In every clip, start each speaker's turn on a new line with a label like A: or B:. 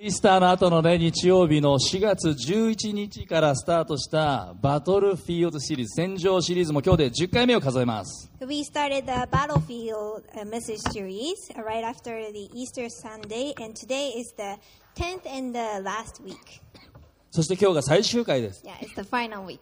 A: イースターの後のね、日曜日の4月11日からスタートしたバトルフィールドシリーズ、戦場シリーズも今日で10回目を数えます。
B: We started the battlefield uh, message series uh, right after the Easter Sunday, and today is the 10th and the last week.
A: そして今日が最終回です。
B: Yeah, it's the final week.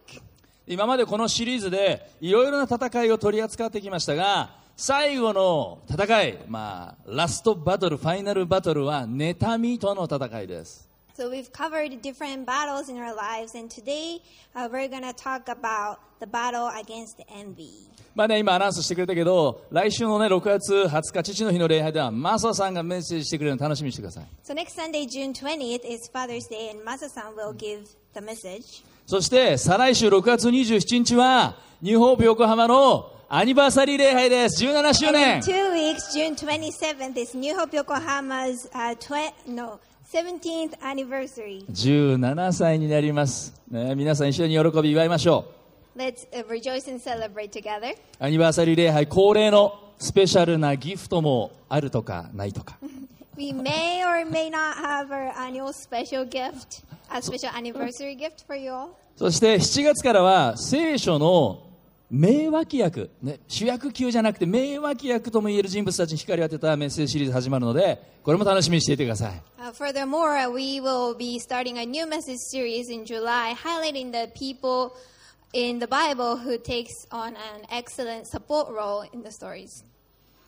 A: 今までこのシリーズでいろいろな戦いを取り扱ってきましたが、最後の戦い、まあ、ラストバトル、ファイナルバトルは、妬みとの戦いです。
B: So we've covered different battles in our lives, and today uh, we're gonna talk about the battle against envy.
A: まあね、今アナウンスしてくれたけど、来週のね、6月20日、父の日の礼拝では、マサさんがメッセージしてくれるの楽しみにしてください。
B: So next Sunday, June 20th, is Father's Day, and Masa-san will give the message.
A: そして、再来週6月27日は、ニューホープ横浜のアニバーサリー礼拝です。17周
B: And
A: 年
B: in two weeks, June 27th, is New Hope Yokohama's uh, twe- no 17th anniversary.
A: !17 歳になります。ね、皆さん一緒に喜び祝いましょう。
B: Let's uh, rejoice and celebrate together.
A: アニバーサリー礼拝恒例のスペシャルなギフトもあるとかないとか
B: We may or may not have our annual special gift, a special anniversary gift for you all.
A: そして7月からは聖書の名脇役、ね、主役級じゃなくて名脇役とも言える人物たちに光を当てたメッセージシリーズ始まるのでこれも楽しみにしていてください
B: Uh, furthermore, uh, we will be starting a new message series in July, highlighting the people in the Bible who takes on an excellent support role in the stories.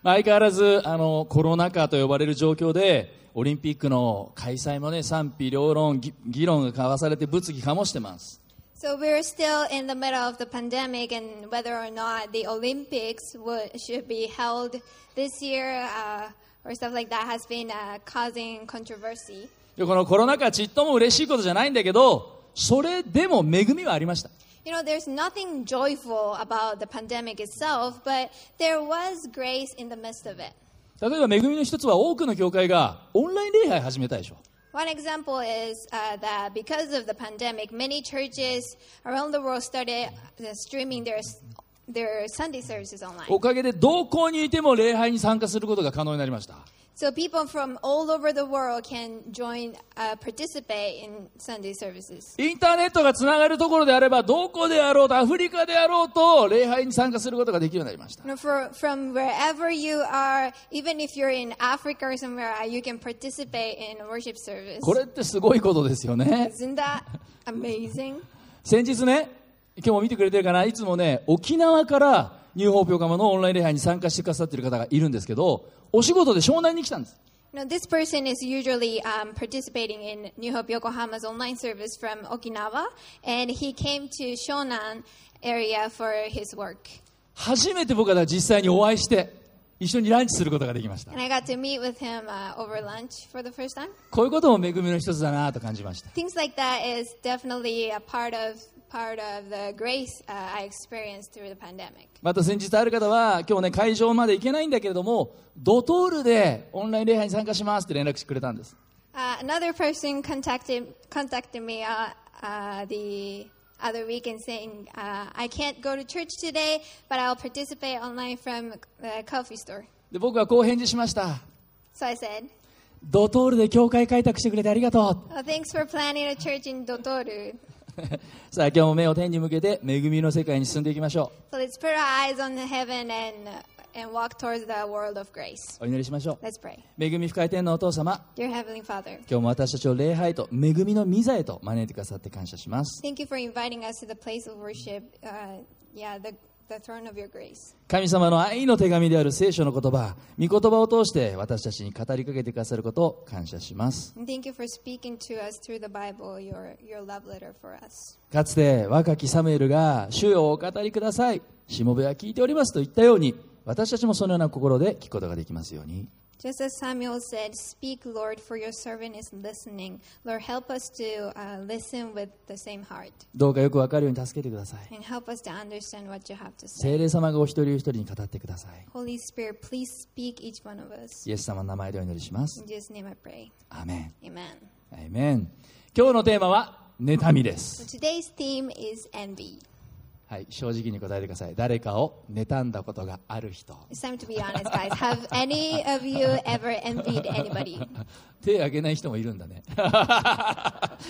A: まあ相変わらずあのコロナ禍と呼ばれる状況でオリンピックの開催もね賛否両論ぎ議論が交わされて物議かもしてます
B: So we're still in the middle of the pandemic, and whether or not the Olympics would, should be held this year uh, or stuff like that has been uh, causing controversy.
A: でこのコロナ禍ちっとも嬉しいことじゃないんだけどそれでも恵みはありました
B: You know, there's nothing joyful about the pandemic itself, but there was grace in the midst of it.
A: 例えば恵みの一つは多くの教会がオンライン礼拝始めたでしょ
B: One example is uh, that because of the pandemic, many churches around the world started uh, streaming their, their Sunday services online.
A: おかげでどこにいても礼拝に参加することが可能になりました
B: So people from all over the world can join, uh, participate in Sunday services.
A: インターネットがつながるところであればどこであろうとアフリカであろうと礼拝に参加することができるようになりました
B: You know, for, from wherever you are, even if you're in Africa or somewhere, uh, you can participate in a worship service.
A: これってすごいことですよね
B: Isn't that amazing?
A: 先日ね今日も見てくれてるかないつもね沖縄からニューホープ横浜のオンライン礼拝に参加してくださってる方がいるんですけどお仕事で湘南に来たんです
B: You know, this person is usually um, participating in New Hope Yokohama's online service from Okinawa, and he came to Shonan area for his work.
A: 初めて僕は実際にお会いして一緒にランチすることができました
B: And I got to meet with him uh, over lunch for the first time.
A: こういうことも恵みの一つだなと感じました
B: Things like that is definitely a part of part of the grace uh, I experienced through the pandemic.
A: また先日ある方は今日ね会場まで行けないんだけれどもドトールでオンライン礼拝に参加しますって連絡してくれたんです
B: Uh, another person contacted contacted me uh, uh, the other week and saying uh, I can't go to church today, but I'll participate online from the coffee store.
A: で僕はこう返事しました
B: So I said,
A: ドトールで教会開拓してくれてありがと
B: oh, "Thanks for planning a church in Dotoru."
A: う さあ今日も目を天に向けて恵みの世界に進んでいきましょ
B: So let's put our eyes on heaven and and walk towards the world of grace.
A: うお祈りしましょ
B: Let's pray,
A: う恵み深い天のお父様
B: dear Heavenly Father.
A: 今日も私たちを礼拝と恵みの御座へと招いてくださって感謝します
B: Thank you for inviting us to the place of worship. Uh, yeah, the, the throne of your grace.
A: 神様の愛の手紙である聖書の言葉御言葉を通して私たちに語りかけてくださることを感謝します
B: And thank you for speaking to us through the Bible, your, your love letter for us.
A: かつて若きサムエルが「主よお語りください」「しもべは聞いております」と言ったように私たちもそのような心で聞くことができますように
B: Just as Samuel said, Speak, Lord, for your servant is listening. Lord, help us to uh, listen with the same heart
A: どうかよくわかるように助けてください
B: and help us to understand what you have to say.
A: 聖霊様がお一人お一人に語ってください
B: Holy Spirit, please speak each one of us.
A: イエス様の名前でお祈りします
B: In Jesus' name I pray.
A: アーメン
B: Amen.
A: アイメン今日のテーマは「妬み」で
B: So
A: す
B: today's theme is envy.
A: はい、正直に答えてください。誰かを妬んだことがある人。
B: It's time to be honest, guys. Have any of you ever envied anybody?
A: 手挙げない人もいるんだね。 じゃあ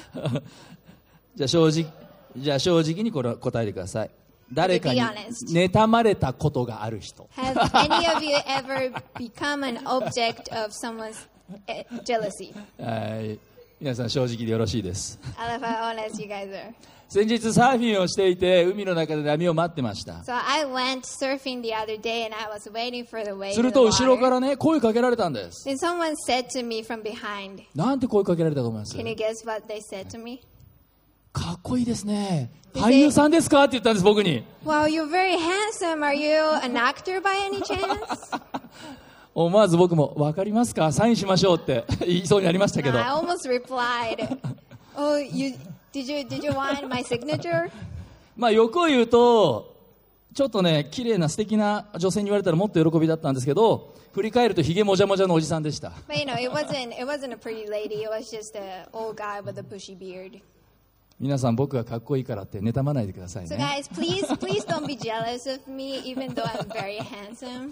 A: 正直、じゃあ正直にこれ答えてください。誰かに
B: Be honest.
A: 妬まれたことがある人。
B: Have any of you ever become an object of someone's eh, jealousy?
A: はい皆さん正直でよろしいです。
B: I love how honest you guys are.
A: 先日サーフィンをしていて海の中で波を待ってました。
B: So I went surfing the other day and I was waiting for the wave.
A: す
B: in
A: る
B: the
A: と後ろ
B: water.
A: からね、声かけられたんです。
B: Then someone said to me from behind,
A: なんて声かけられたと思います
B: Can you guess what they said to me?
A: かっこいいですね。
B: で
A: 俳優さんですかって言ったんです、僕に。
B: Wow, you're very handsome. Are you an actor by any chance?
A: 思わず僕も、わかりますかサインしましょうって 言いそうになりましたけ
B: No,
A: ど
B: I。almost replied, "Oh, you did you did you want my signature?"
A: まあ欲を言うと、ちょっとね、綺麗な素敵な女性に言われたらもっと喜びだったんですけど、振り返るとヒゲもじゃもじゃのおじさんでした。
B: But you know, it wasn't it wasn't a pretty lady. It was just an old guy with a bushy beard.
A: 皆さん僕がかっこいいからって妬まないでください
B: So
A: ね。
B: guys, please please don't be jealous of me, even though I'm very handsome.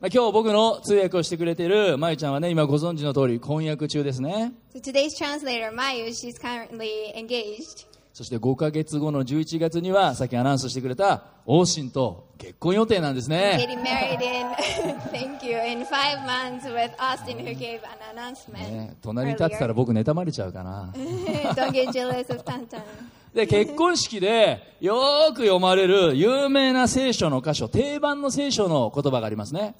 A: まあ今日僕の通訳をしてくれているまゆちゃんはね、今ご存知の通り婚約中ですね。
B: So today's translator, Mayu, she's currently engaged.
A: そして5ヶ月後の11月には、さっきアナウンスしてくれた、王心と結婚予定なんですね。
B: Getting married in thank you in five months with Austin, who gave an announcement.
A: ね隣に立ってたら
B: earlier.
A: 僕妬まれちゃうかな。
B: don't get jealous of Tantan.
A: で、結婚式でよーく読まれる有名な聖書の箇所、定番の聖書の言葉がありますね。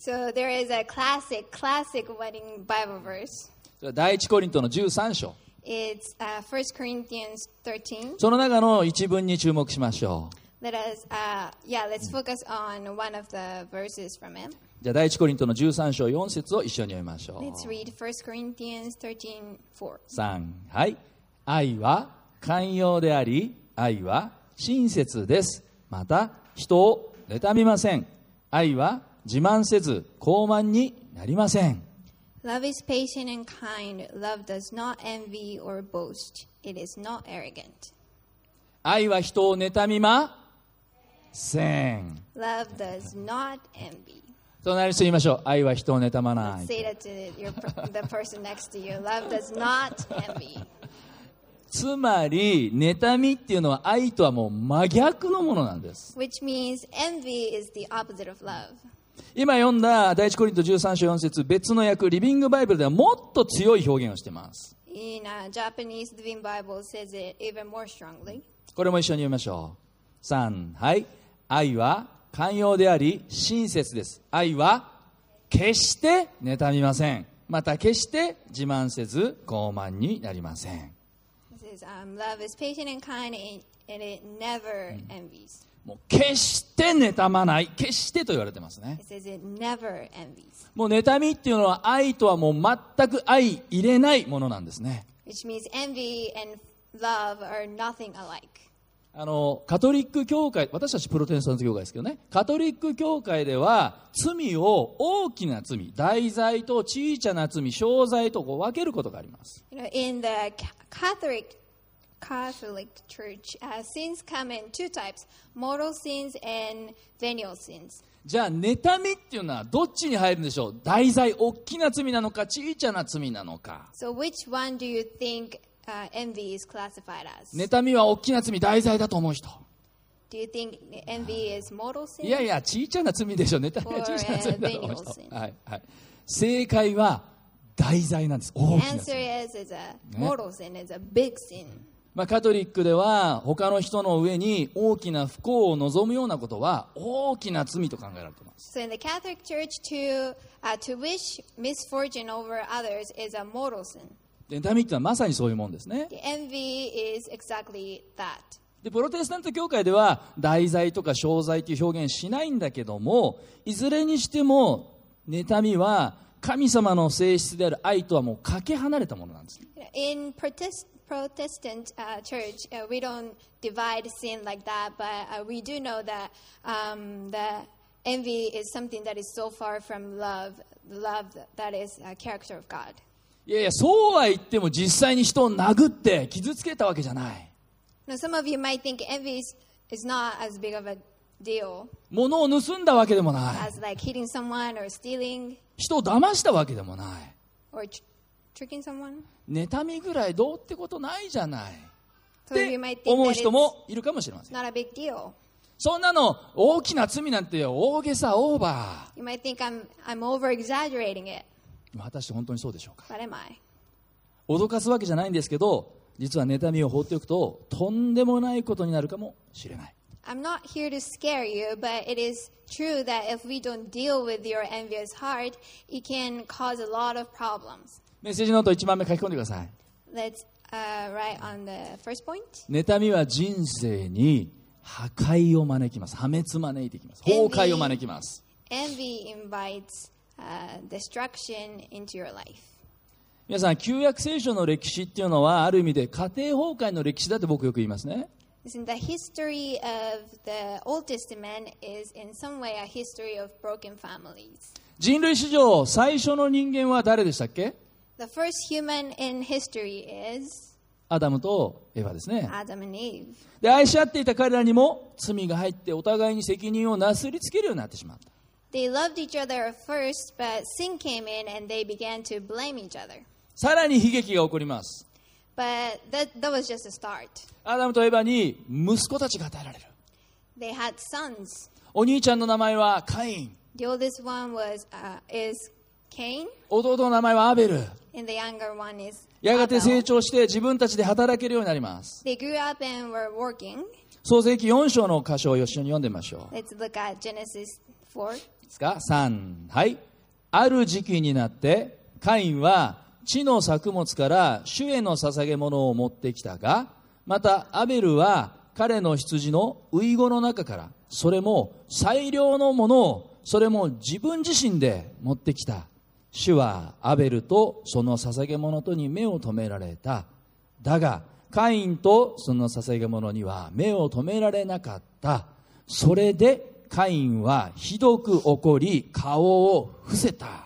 B: So there is a classic, classic wedding Bible verse.
A: それは第一コリントの13章。
B: It's uh, 1 Corinthians 13.
A: その中の一文に注目しましょう。
B: Let us, uh, yeah, let's focus on one of the verses from it.
A: じゃあ、第一コリントの13章4節を一緒に読みましょ
B: Let's read 1 Corinthians 13, 4.
A: う。3、はい。愛は寛容であり、愛は親切です。また、人を妬みません。愛は自慢せず、傲慢になりません。
B: Love is patient and kind. Love does not envy or boast. It is not arrogant.
A: 愛は人を妬みません。
B: Love does not envy.
A: 隣の人言いましょう。愛は人を妬まない。
B: Say that to your, the person next to you. Love does not envy.
A: つまり、妬みっていうのは愛とはもう真逆のものなんです。
B: Which means envy is the opposite of love.
A: 今読んだ第一コリント13章4節別の訳、リビングバイブルではもっと強い表現をしてます。
B: In uh, Japanese, the Vim Bible says it even more strongly.
A: これも一緒に読みましょう。3、はい。愛は寛容であり、親切です。愛は決して妬みません。また決して自慢せず、傲慢になりません。
B: It says, um, "Love is patient and kind, and, and it never envies."
A: もう決して妬まない。決してと言われてますね。
B: It says it never envies,
A: もう妬みっていうのは愛とはもう全く愛入れないものなんですね。
B: which means envy and love are nothing alike.
A: あの、カトリック教会、私たちプロテスタント教会ですけどね、カトリック教会では罪を大きな罪、大罪と小さな罪、小罪とこう分けることがあります。
B: You know, in the Ca- Catholic Catholic Church, uh, sins come in two types: mortal sins and venial sins.
A: じゃあ、妬みっていうのはどっちに入るんでしょう大罪、大きな罪なのか、小さな罪なのか。
B: So, which one do you think uh, envy is classified as?
A: 妬みは大きな罪、大罪だと思う人。
B: Do you think envy is mortal sin?
A: いやいや、小さな罪でしょ、 妬みは小さな罪だと思う
B: For, uh,
A: 人。
B: venial sin.
A: はい、はい。正解は、大罪なんです。大きな
B: Answer
A: 罪。
B: is is a mortal sin. It's a big sin.
A: まあ、カトリックでは他の人の上に大きな不幸を望むようなことは大きな罪と考えられています
B: So in the Catholic Church, to uh, to wish misfortune over others is a mortal sin.
A: で妬みってのはまさにそういうもんですね
B: The envy is exactly that.
A: でプロテスタント教会では大罪とか小罪という表現しないんだけどもいずれにしても妬みは神様の性質である愛とはもうかけ離れたものなんです
B: In Protest, Protestant uh, Church, uh, we don't divide sin like that, but uh, we do know that um, the envy is something that is so far from love, love that is a character of God.
A: いやいやそうは言っても実際に人を殴って傷つけたわけじゃない
B: Now, some of you might think envy is is not as big of a deal
A: 物を盗んだわけでもない
B: as like hitting someone or stealing
A: 人を騙したわけでもない
B: or tr- tricking someone.
A: 妬みぐらいどうってことないじゃないっ
B: So
A: て
B: you might think
A: 思う
B: that
A: 人
B: it's
A: もいるかもしれません
B: not a big deal.
A: そんなの大きな罪なんて大げさオーバ
B: You might think I'm I'm over exaggerating it,
A: ー果たして本当にそうでしょうか
B: but am I?
A: 脅かすわけじゃないんですけど実は妬みを放っておくととんでもないことになるかもしれない
B: I'm not here to scare you, but it is true that if we don't deal with your envious heart, it can cause a lot of problems.
A: メッセージノート1番目書き込んでください
B: Let's uh, write on the first point.
A: 妬みは人生に破壊を招きます破滅招いてきます崩壊を招きます
B: Envy invites uh, destruction into your life.
A: 皆さん旧約聖書の歴史っていうのはある意味で家庭崩壊の歴史だって僕よく言いますね
B: Listen, the history of the Old Testament is in some way a history of broken families.
A: 人類史上最初の人間は誰でしたっけ
B: The first human in history is
A: アダムとエヴァですね
B: Adam and Eve.
A: で愛し合っていた彼らにも罪が入ってお互いに責任をなすりつけるようになってしまった
B: They loved each other at first, but sin came in and they began to blame each other.
A: さらに悲劇が起こります
B: But that, that was just a start.
A: アダムとエヴァに息子たちが与えられる
B: They had sons.
A: お兄ちゃんの名前はカイン
B: The oldest one was uh, is Cain,
A: 弟の名前はアベル
B: and the younger one is
A: やがて成
B: Abel.
A: 長して自分たちで働けるようになります
B: They grew up and were working.
A: 創世記4章の箇所を一緒に読んでみましょう
B: Let's look at Genesis 4.
A: ですか3はいある時期になってカインは地の作物から主への捧げ物を持ってきたがまたアベルは彼の羊のウイゴの中からそれも最良のものをそれも自分自身で持ってきた主はアベルとその捧げ物とに目を留められただがカインとその捧げ物には目を留められなかったそれでカインはひどく怒り顔を伏せた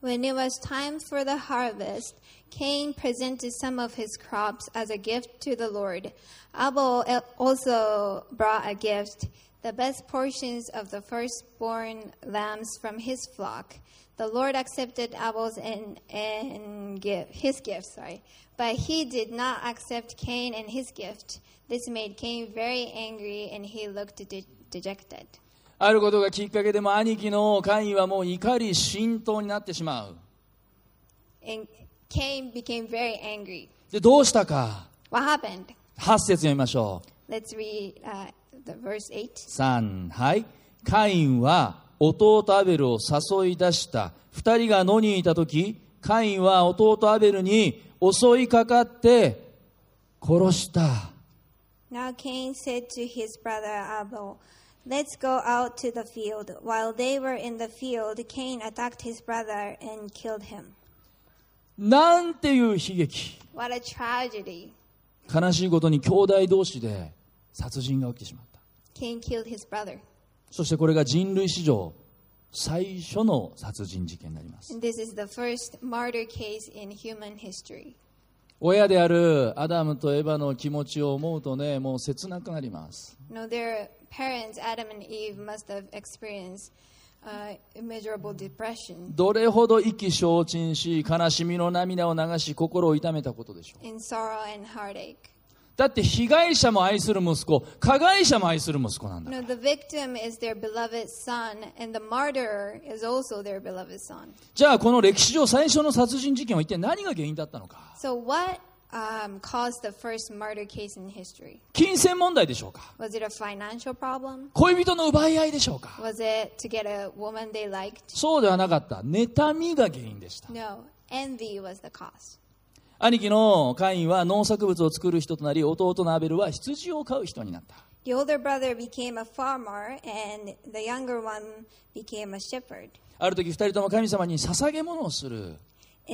B: When it was time for the harvest, Cain presented some of his crops as a gift to the Lord. Abel el- also brought a gift, the best portions of the firstborn lambs from his flock. The Lord accepted Abel's and, and give, his gift, sorry, but he did not accept Cain and his gift. This made Cain very angry, and he looked de- dejected.
A: あることがきっかけでも兄貴のカインはもう怒り浸透になってしまう
B: And Cain became very angry.
A: でどうしたか
B: What happened?
A: 8節読みましょう
B: Let's read uh, the verse 8.
A: 3はいカインは弟アベルを誘い出した2人が野にいた時カインは弟アベルに襲いかかって殺した
B: Now Cain said to his brother Abel, Let's go out to the field. While they were in the field, Cain attacked his brother and killed him.
A: なんていう悲劇
B: What a tragedy.
A: 悲しいことに兄弟同士で殺人が起きてしまった
B: Cain killed his brother.
A: そしてこれが人類史上最初の殺人事件になります
B: And this is the first martyr case in human history.
A: 親であるアダムとエヴァの気持ちを思うとねもう切なくなります
B: You know, their parents, Adam and Eve, must have experienced uh, immeasurable depression
A: どれほど意気消沈し悲しみの涙を流し心を痛めたことでしょう
B: in sorrow and heartache.
A: だって被害者も愛する息子加害者も愛する息子なんだ
B: No, the victim is their beloved son, and the martyr is also their beloved son.
A: じゃあこの歴史上最初の殺人事件は一体何が原因だったのか
B: So, what um, caused the first murder case in history?
A: 金銭問題でしょうか
B: Was it a financial problem?
A: 恋人の奪い合いでしょうか
B: Was it to get a woman they liked?
A: そうではなかった妬みが原因でした
B: No, envy was the cause.
A: 兄貴のカインは農作物を作る人となり弟のアベルは羊を飼う人になった
B: The older brother became a farmer, and the younger one became a shepherd.
A: ある時二人とも神様に捧げ物をする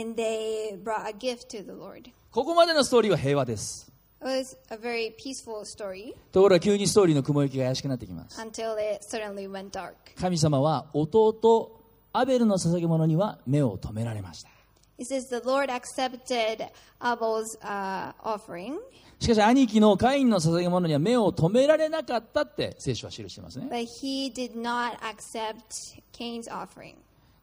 B: And they brought a gift to the Lord.
A: ここまでのストーリーは平和です
B: It was a very peaceful story
A: ところが急にストーリーの雲行きが怪しくなってきます
B: until it suddenly went dark.
A: 神様は弟アベルの捧げ物には目を留められました
B: It says the Lord accepted Abel's uh, offering,
A: しかし兄貴のカインの捧げ物には目を留められなかったって聖書は記してますね。
B: but he did not accept Cain's offering.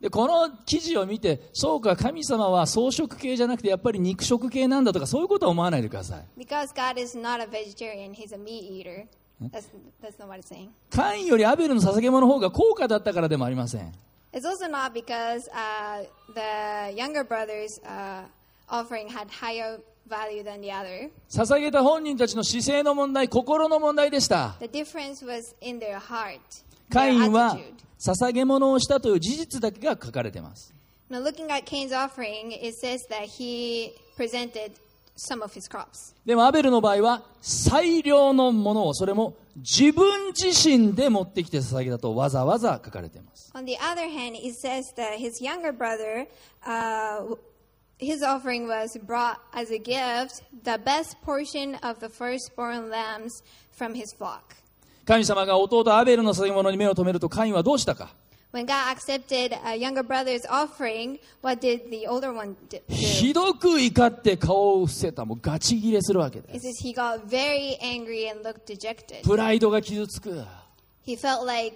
A: でこの記事を見てそうか神様は草食系じゃなくてやっぱり肉食系なんだとかそういうことは思わないでください
B: Because God is not a vegetarian, he's a meat eater. That's, that's not what it's saying.
A: カインよりアベルの捧げ物の方が高価だったからでもありません
B: It's also not because uh, the younger brother's uh, offering had higher value than the other.
A: 捧げた本人たちの姿勢の問題心の問題でした
B: The difference was in their heart,
A: カ
B: their
A: インは
B: attitude.
A: 捧げ物をしたという事実だけが書かれてます、
B: Now, looking at Cain's offering, it says that he presented some of his crops.
A: でもアベルの場合は最良のものをそれも自分自身で持ってきて捧げたとわざわざ書かれています
B: On the other hand, it says that his younger brother, uh, w- his offering was brought as a gift, the best portion of the firstborn lambs from his flock.
A: 神様が弟アベルの捧げ物に目を留めるとカインはどうしたか
B: When God accepted a younger brother's offering, what did the older one d- do?
A: ひどく怒って顔を伏せたもうガチ切れするわけで
B: It
A: す
B: says he got very angry and looked dejected.
A: プライドが傷つく
B: He felt like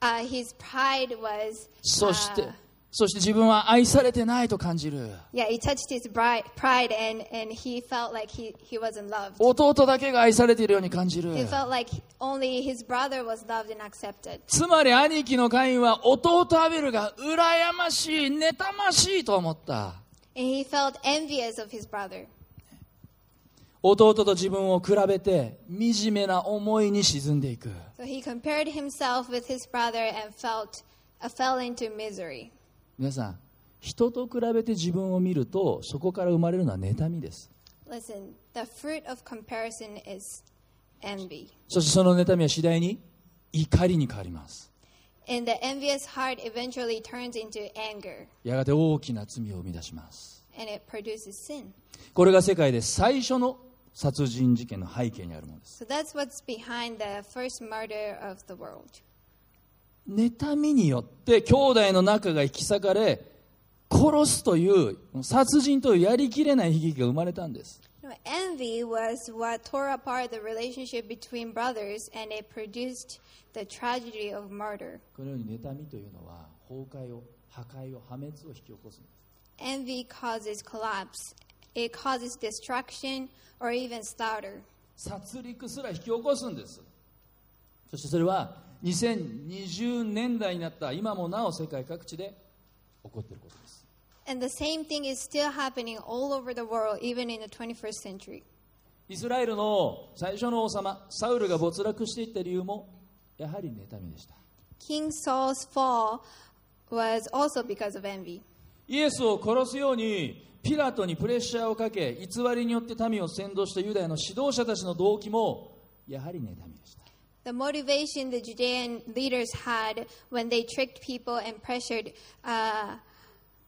B: uh, his pride was.
A: そして、
B: uh,
A: そして自分は愛されてないと感じる
B: Yeah, he touched his bri- pride and, and he felt like he, he wasn't loved.
A: 弟だけが愛されているように感じる
B: He felt like only his brother was loved and accepted.
A: つまり兄貴のカインは弟アベルが羨ましい妬ましいと思った
B: And he felt envious of his brother.
A: 弟と自分を比べて惨めな思いに沈んでいく
B: So he compared himself with his brother and felt uh, fell into misery.
A: 皆さん人と比べて自分を見るとそこから生まれるのは妬みです
B: Listen, the fruit of comparison is envy.
A: そしてその妬みは次第に怒りに変わります。
B: And the envious heart eventually turns into anger
A: やがて大きな罪を生み出します。
B: and it produces sin.
A: これが世界で最初の殺人事件の背景にあるものです。
B: So that's what's behind the first murder of the world.
A: 妬みによって兄弟の仲が引き裂かれ、殺すという殺人というやりきれない悲劇が生まれたんです。
B: No, envy was what tore apart the relationship between brothers and it produced the tragedy of murder.
A: このように妬みというのは崩壊を、破壊を、破滅を引き起こすんです。
B: Envy causes collapse, it causes destruction or even slaughter.
A: 殺戮すら引き起こすんですそしてそれは2020年代になった今もなお世界各地で起こっていることです
B: And the same thing is still happening all over the world, even in the 21st century.
A: イスラエルの最初の王様サウルが没落していった理由もやはり妬みでした
B: King Saul's fall was also because of envy.
A: イエスを殺すようにピラトにプレッシャーをかけ偽りによって民を扇動したユダヤの指導者たちの動機もやはり妬みでした
B: The motivation the Judean leaders had when they tricked people and pressured uh,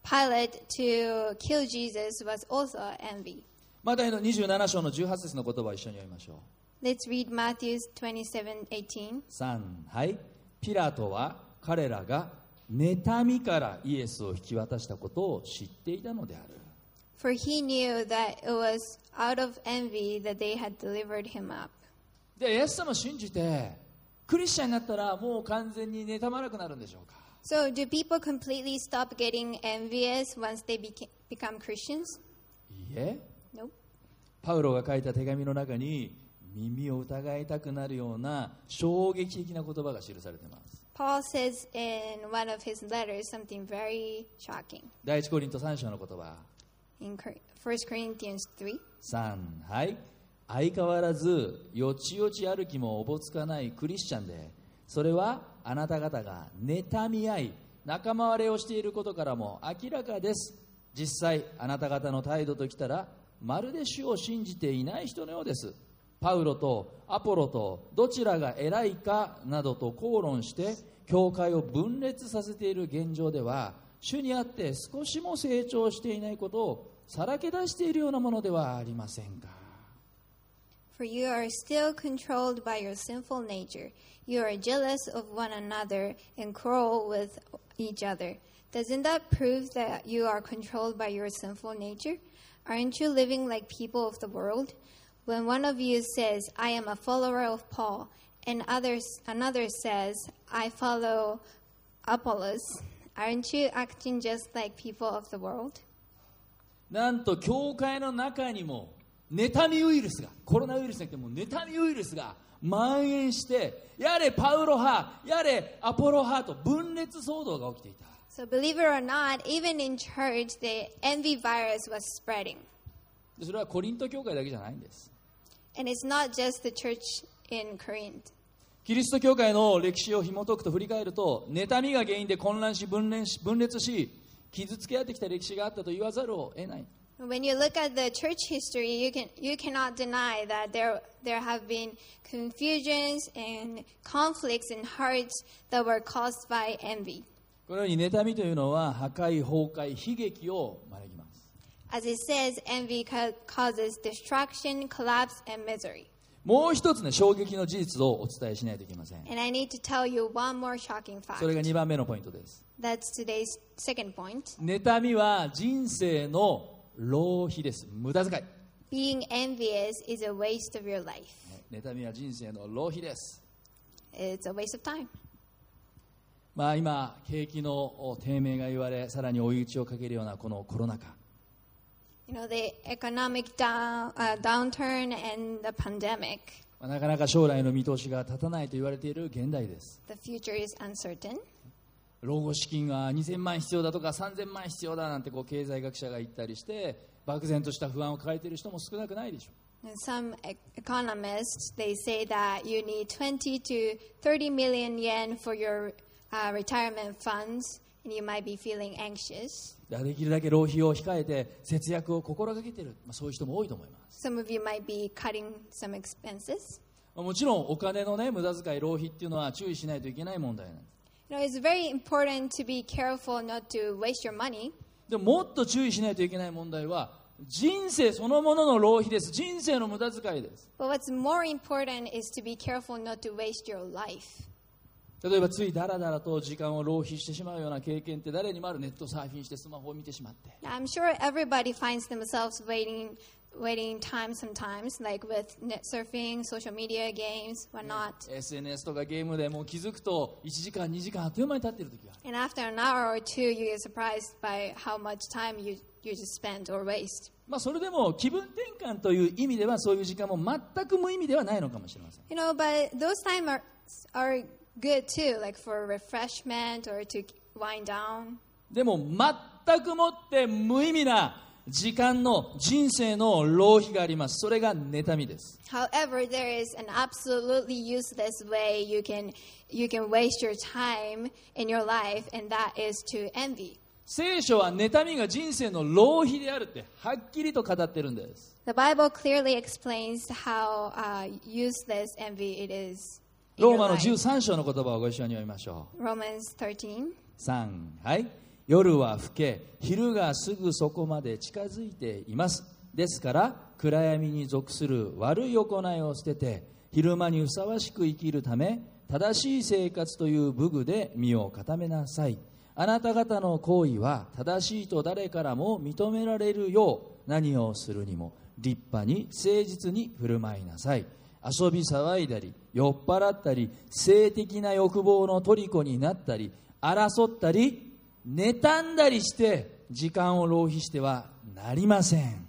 B: Pilate to kill Jesus was also envy.
A: マタイの27章の18節の言葉を一緒に読みましょう
B: Let's read Matthew 27:18.
A: 3はいピラトは彼らが妬みからイエスを引き渡したことを知っていたのである
B: For he knew that it was out of envy that they had delivered him up.
A: でイエス様を信じてクリスチャンになったらもう完全に妬まなくなるんでしょうか
B: So, do people completely stop getting envious once they beca- become Christians?
A: いいえ
B: Nope.
A: パウロが書いた手紙の中に耳を疑いたくなるような衝撃的な言葉が記されています
B: Paul says in one of his letters something very shocking.
A: 第一コリント3章の言葉
B: in Cor- 1 Corinthians 3.
A: 3はい相変わらずよちよち歩きもおぼつかないクリスチャンでそれはあなた方が妬み合い仲間割れをしていることからも明らかです実際あなた方の態度ときたらまるで主を信じていない人のようですパウロとアポロとどちらが偉いかなどと口論して教会を分裂させている現状では主にあって少しも成長していないことをさらけ出しているようなものではありませんか
B: For you are still controlled by your sinful nature. You are jealous of one another and quarrel with each other. Doesn't that prove that you are controlled by your sinful nature? Aren't you living like people of the world? When one of you says, I am a follower of Paul, and others, another says, I follow Apollos, aren't you acting just like people of the world?
A: なんと教会の中にも妬みウイルスがコロナウイルスじゃなくてもう妬みウイルスが蔓延してやれパウロ派やれアポロ派と分裂騒動が起きていた
B: So, believe it or not, even in church, the envy virus was spreading.
A: でそれはコリント教会だけじゃないんです
B: And it's not just the church in Corinth.
A: キリスト教会の歴史を紐解くと振り返ると妬みが原因で混乱し分裂し分裂し傷つけ合ってきた歴史があったと言わざるを得ない
B: When you look at the church history, you can you cannot deny that there there have been confusions and conflicts in hearts that were caused by envy.
A: このように妬みというのは破壊崩壊悲劇を招きます
B: As it says, envy ca- causes destruction, collapse, and misery.
A: もう一つね衝撃の事実をお伝えしないといけません
B: And I need to tell you one more shocking
A: それ
B: fact.
A: が2番目のポイントです
B: That's today's second point.
A: 妬みは人生の浪費です無駄遣い
B: Being envious is a waste of your life.
A: 妬みは人生の浪費です
B: It's a waste of time.
A: まあ今景気の低迷が言われさらに追い打ちをかけるようなこのコロナ禍
B: You know, the economic down, uh, downturn and the pandemic,
A: まあなかなか将来の見通しが立たないと言われている現代です
B: the future is uncertain.
A: 老後資金が2000万必要だとか3000万必要だなんてこう経済学者が言ったりして漠然とした不安を抱えている人も少なくないでしょう
B: And some e- economists, they say that you need 20 to 30 million yen for your uh, retirement funds, and you might be feeling anxious.
A: だからできるだけ浪費を控えて節約を心がけている、まあ、そういう人も多いと思います
B: Some of you might be cutting some expenses.
A: まあもちろんお金のね無駄遣い浪費っていうのは注意しないといけない問題なんです
B: You know, it's very important to be careful not to waste your money.
A: でももっと注意しないといけない問題は人生そのものの浪費です人生の無駄遣いです
B: But what's more important is to be careful not to waste your life.
A: 例えばついダラダラと時間を浪費してしまうような経験って誰にもあるネットサーフィンしてスマホを見てしまって
B: I'm sure everybody finds themselves waiting, waiting time sometimes, like with net surfing, social media, games, whatnot.
A: SNS とかゲームでもう気づくと1時間2時間あっという間に経っている時がある
B: And after an hour or two, you get surprised by how much time you, you just spend or waste.
A: まあそれでも気分転換という意味ではそういう時間も全く無意味ではないのかもしれません
B: You know, but those time are, are good too, like for refreshment or to wind down.
A: でも全くもって無意味な時間の人生の浪費がありますそれが妬みです
B: However, there is an absolutely useless way you can, you can waste your time in your life, and that is to envy.
A: 聖書は妬みが人生の浪費であるってはっきりと語ってるんです
B: The Bible clearly explains how uh, useless envy it is. in
A: ロ
B: your
A: ーマの
B: life.
A: 13章の言葉をご一緒に読みましょう
B: Romans 13.
A: 3はい夜は更け昼がすぐそこまで近づいていますですから暗闇に属する悪い行いを捨てて昼間にふさわしく生きるため正しい生活という武具で身を固めなさいあなた方の行為は正しいと誰からも認められるよう何をするにも立派に誠実に振る舞いなさい遊び騒いだり酔っ払ったり性的な欲望の虜になったり争ったり妬んだりして時間を浪費してはなりません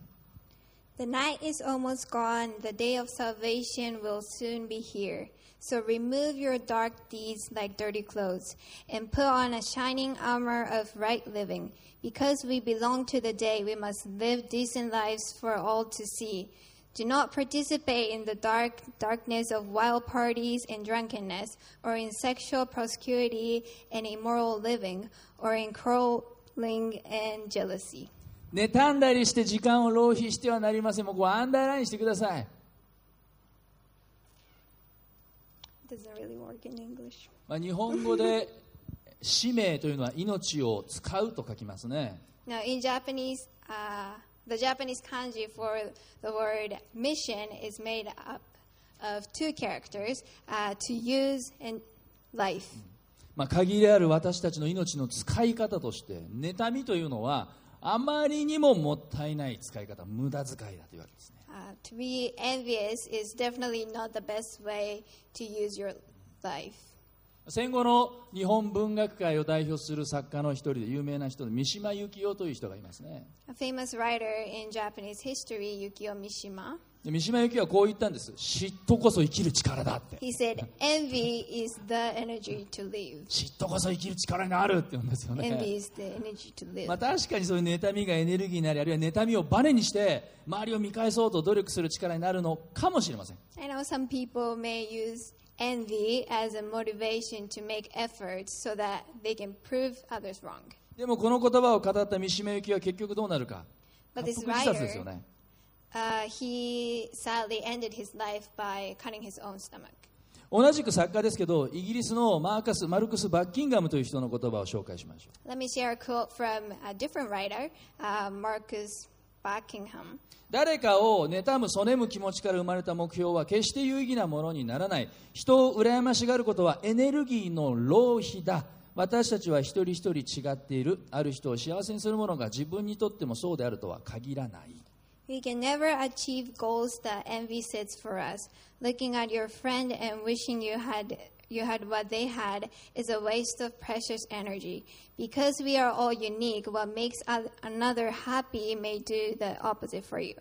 B: The night is almost gone, the day of salvation will soon be here. So remove your dark deeds like dirty clothes, and put on a shining armor of right living. Because we belong to the day, we must live decent lives for all to see. Do not participate in the dark darkness of wild parties and drunkenness, or in sexual promiscuity and immoral living, or in quarreling and jealousy.
A: 妬んだりして時間を浪費してはなりませんもうこうアンダーラインしてください、
B: Doesn't really work in English.
A: まあ、日本語で使命というのは命を使うと書きますね
B: Now, in Japanese, uh, the Japanese kanji for the word mission is made up of two characters uh, to use and life.
A: まあ、限りある私たちの命の使い方として妬みというのはあまりにももったいない使い方無駄遣いだというわけですね
B: Uh, to be envious is definitely not the best way to use your life.
A: 戦後の日本文学界を代表する作家の一人で有名な人で三島由紀夫という人がいますね
B: A famous writer in Japanese history, Yukio Mishima,
A: で三島由紀夫はこう言ったんです嫉妬こそ生きる力だって
B: he said, Envy is the energy to live.
A: 嫉妬こそ生きる力になるって言うんですよね
B: Envy is the energy to
A: まあ、
B: live.
A: 確かにそういう妬みがエネルギーになりあるいは妬みをバネにして周りを見返そうと努力する力になるのかもしれません
B: I know some people may use envy as a motivation to make efforts so that they can prove others wrong.
A: でもこの言葉を語った三島由紀夫は結局どうなるか
B: But
A: 発
B: this
A: 服自殺ですよ
B: writer,
A: ね
B: uh, he sadly ended his life by cutting his own stomach.
A: 同じく作家ですけどイギリスのマーカス・マルクス・バッキンガムという人の言葉を紹介しましょう
B: Let me share a quote from a different writer, uh, Marcus Buckingham.
A: 誰かを妬むそねむ気持ちから生まれた目標は決して有意義なものにならない人を羨ましがることはエネルギーの浪費だ私たちは一人一人違っているある人を幸せにするものが自分にとってもそうであるとは限らない
B: We can never achieve goals that envy sets for us. Looking at your friend and wishing you had you had what they had is a waste of precious energy. Because we are all unique, what makes oth- another happy may do the opposite for you.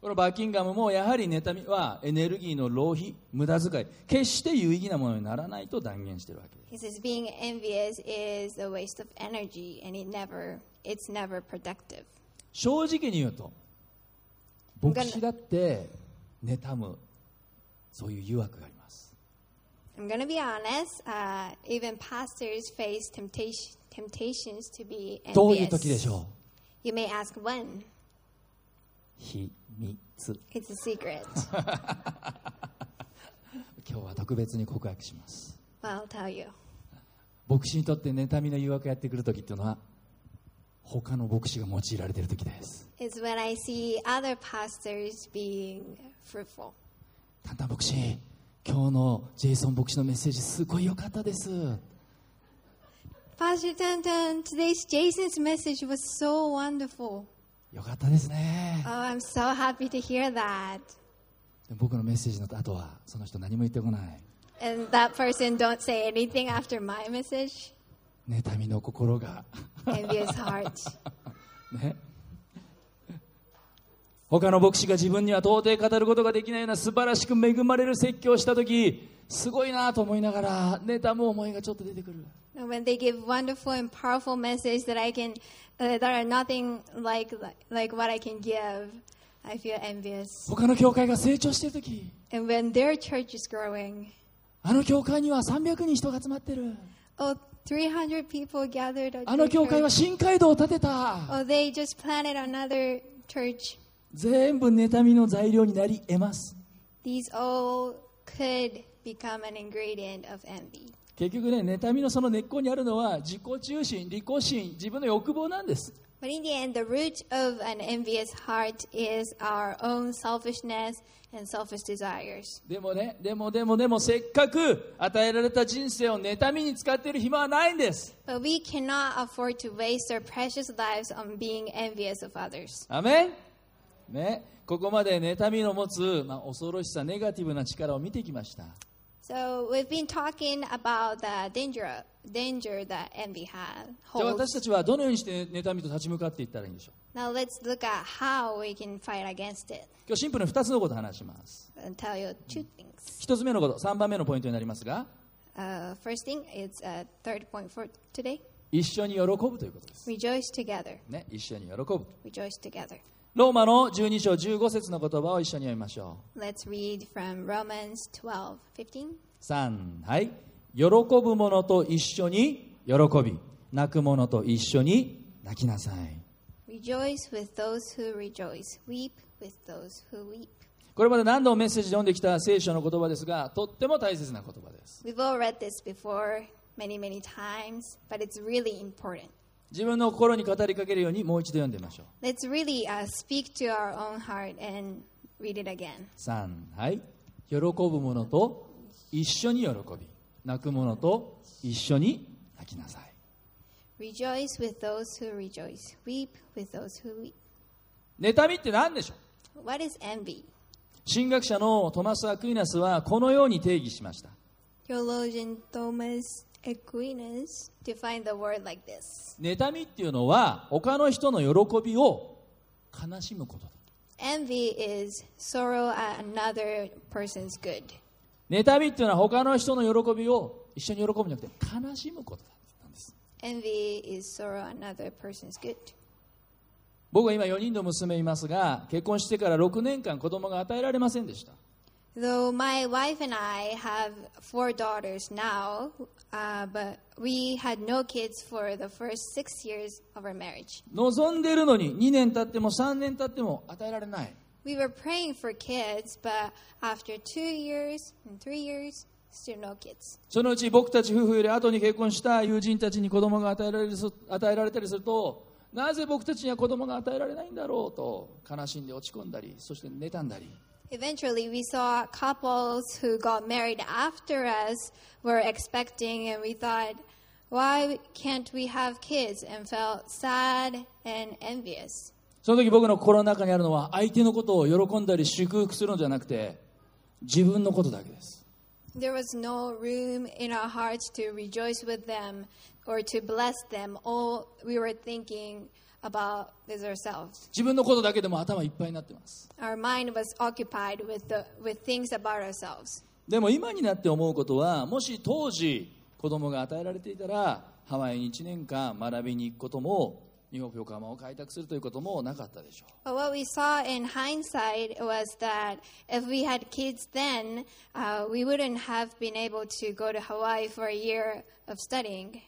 A: このバッキンガムもやはり妬みはエネルギーの浪費無駄遣い決して有意義なものにならないと断言しているわけです
B: He says being envious is a waste of energy and it never it's never productive.
A: 正直に言うと牧師だって妬むそういう誘惑があります
B: I'm gonna be honest. Uh, even pastors face temptation, temptations to be
A: どういう時でし
B: envious.
A: ょ
B: You may ask when.
A: う秘密
B: It's a secret.
A: 今日は特別に告白します
B: well, I'll tell you.
A: 牧師にとって妬みの誘惑がやってくる時っていうのは他の牧師が用いられている時です
B: It's when I see other pastors being fruitful.
A: タンタン牧師今日のジェイソン牧師のメッセージすごい良かったです
B: Pastor Tantan, today's Jason's message was so wonderful.
A: 良かったですね
B: Oh, I'm so happy to hear that.
A: でも僕のメッセージの後はその人何も言ってこない
B: And that person don't say anything after my message.
A: 妬みの心が
B: Envious heart.
A: ね他の牧師が自分には到底語ることができないような素晴らしく恵まれる説教をした時すごいなと思いながら妬む思いがちょっと出てくる
B: And when they give wonderful and powerful messages that I can, uh, that are nothing like, like what I can give, I feel envious.
A: 他の教会が成長してる時
B: And when their church is growing,
A: あの教会には300人人が集まってる
B: oh, 300 people gathered. At
A: あの
B: their
A: 教会は
B: church.
A: 新街道を建てた
B: Oh, they just planted another church.
A: 全部妬みの材料になり得ます
B: These all could become an ingredient of envy.
A: 結局ね妬みのその根っこにあるのは自己中心利己心自分の欲望なんです
B: But in the end, the root of an envious heart is our own selfishness and selfish desires.
A: でもねでもでもでもせっかく与えられた人生を妬みに使っている暇はないんです
B: But we cannot afford to waste our precious lives on being envious of others.
A: アメンねここまで妬みの持つ、まあ、恐ろしさネガティブな力を見てきました
B: So we've been talking about the danger danger that envy has.
A: じゃあ私
B: holds.
A: たちはどのようにして妬みと立ち向かっていったらいいんでしょう
B: Now let's look at how we can fight against it
A: 今日シンプルに2つのことを話します
B: and tell you two things.
A: 1つ目のこと3番目のポイントになりますが
B: Uh, first thing is uh, third point for today:
A: 一緒に喜ぶということです、
B: rejoice together.
A: ね、一緒に喜ぶ
B: Rejoice together.
A: ローマの12章15節の言葉を一緒に読みましょ
B: Let's read from Romans 12, 15.
A: う3はい喜ぶ者と一緒に喜び泣く者と一緒に泣きなさい
B: Rejoice with those who rejoice. Weep with those who weep.
A: これまで何度もメッセージで読んできた聖書の言葉ですがとっても大切な言葉です
B: We've all read this before many, many times, but it's really important.
A: 自分の心に語りかけるようにもう一度読んでみましょう
B: Let's really uh, speak to our own heart and read it again.
A: 3はい喜ぶ者と一緒に喜び泣く者と一緒に泣きなさい。
B: Rejoice with those who rejoice, weep with those who weep.
A: 妬みって何でしょう
B: What is envy?
A: 神学者のトマス・アクイナスはこのように定義しました
B: Theologian Thomas Aquinas defined the word like this
A: 妬みっていうのは他の人の喜びを悲しむこと
B: Envy is sorrow at another person's good.
A: だ妬みっていうのは他の人の喜びを一緒に喜ぶんじゃなくて悲しむことだなんです
B: Envy is sorrow at another person's good.
A: 僕は今4人の娘いますが結婚してから6年間子供が与えられませんでした
B: Though my wife and I have four daughters now, uh, but we had no kids for the first six years of our marriage.
A: 望んでるのに2年経っても3年経っても与えられない
B: We were praying for kids, but after two years and three years, still no kids.
A: そのうち僕たち夫婦より後に結婚した友人たちに子供が与えられるそ与えられたりするとなぜ僕たちには子供が与えられないんだろうと悲しんで落ち込んだりそして妬んだり
B: Eventually, we saw couples who got married after us were expecting, and we thought, why can't we have kids? And felt sad and envious.
A: その時僕の心の中にあるのは相手のことを喜んだり祝福するのじゃなくて自分のことだけです
B: There was no room in our hearts to rejoice with them or to bless them. All we were thinking about is ourselves.
A: 自分のことだけでも頭いっぱいになってます
B: Our mind was occupied with, the, with things about ourselves.
A: でも今になって思うことはもし当時子供が与えられていたらハワイに1年間学びに行くことも日本横浜を開拓するということもなかったでしょう
B: But what we saw in hindsight was that if we had kids then, uh, we wouldn't have been able to go to Hawaii for a year of studying.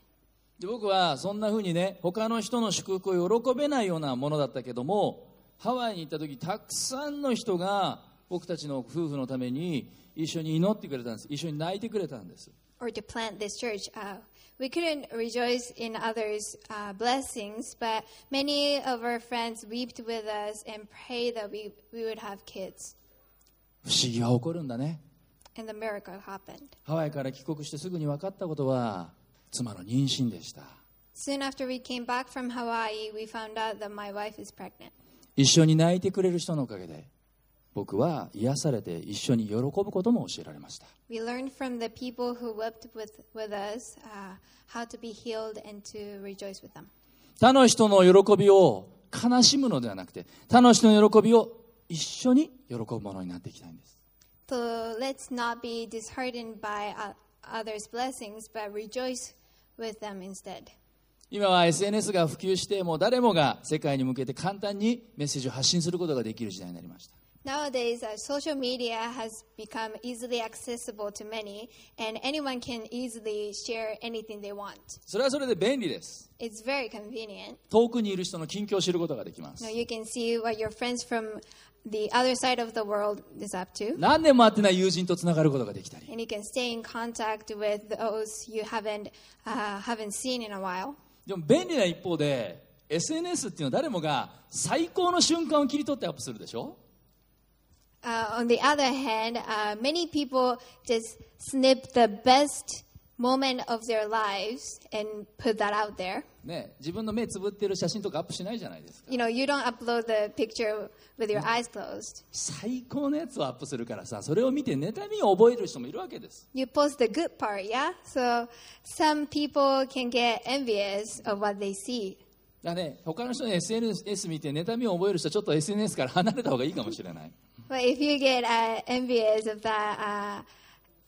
A: で僕はそんな風にね他の人の祝福を喜べないようなものだったけどもハワイに行った時たくさんの人が僕たちの夫婦のために一緒に祈ってくれたんです一緒に泣いてくれたんです
B: or to plant this church. Uh, we couldn't rejoice in others' uh, blessings, but many of our friends wept with us and prayed that we, we would have kids.
A: 不思議は起こるんだね
B: And the miracle happened.
A: ハワイから帰国してすぐに分かったことは妻の妊娠でした
B: Soon after we came back from Hawaii, we found out that my wife is pregnant.
A: 一緒に泣いてくれる人のおかげで僕は癒されて一緒に喜ぶことも教えられました
B: We learned from the people who wept with, with us uh, how to be healed and to rejoice with them.
A: 他の人の喜びを悲しむのではなくて他の人の喜びを一緒に喜ぶものになっていきたいんです
B: So let's not be disheartened by uh, others' blessings, but rejoice with them instead.
A: 今は SNS が普及してもう誰もが世界に向けて簡単にメッセージを発信することができる時代になりました
B: Nowadays, uh, social media has become easily accessible to many, and anyone can easily share anything they want.
A: それはそれで便利です
B: It's very convenient.
A: 遠くにいる人の近況を知ることができます
B: Now you can see what your friends from the other side of the world is up to,
A: 何年も会ってない友人とつながることができたり
B: and you can stay in contact with those you haven't uh, haven't seen in a while.
A: でも便利な一方で SNS っていうのは誰もが最高の瞬間を切り取ってアップするでしょ
B: Uh, on the other hand, uh, many people just snip the best moment of their lives and put that out there.
A: ね、自分の目つぶってる写真とかアップしないじゃないですか
B: you know, you don't upload the picture with your eyes closed.
A: 最高のやつをアップするからさそれを見て妬みを覚える人もいるわけです
B: You post the good part, yeah? So some people can get envious of what they see.
A: だね他の人に SNS 見て妬みを覚える人はちょっと SNS から離れた方がいいかもしれない
B: But if you get uh, envious of that, uh,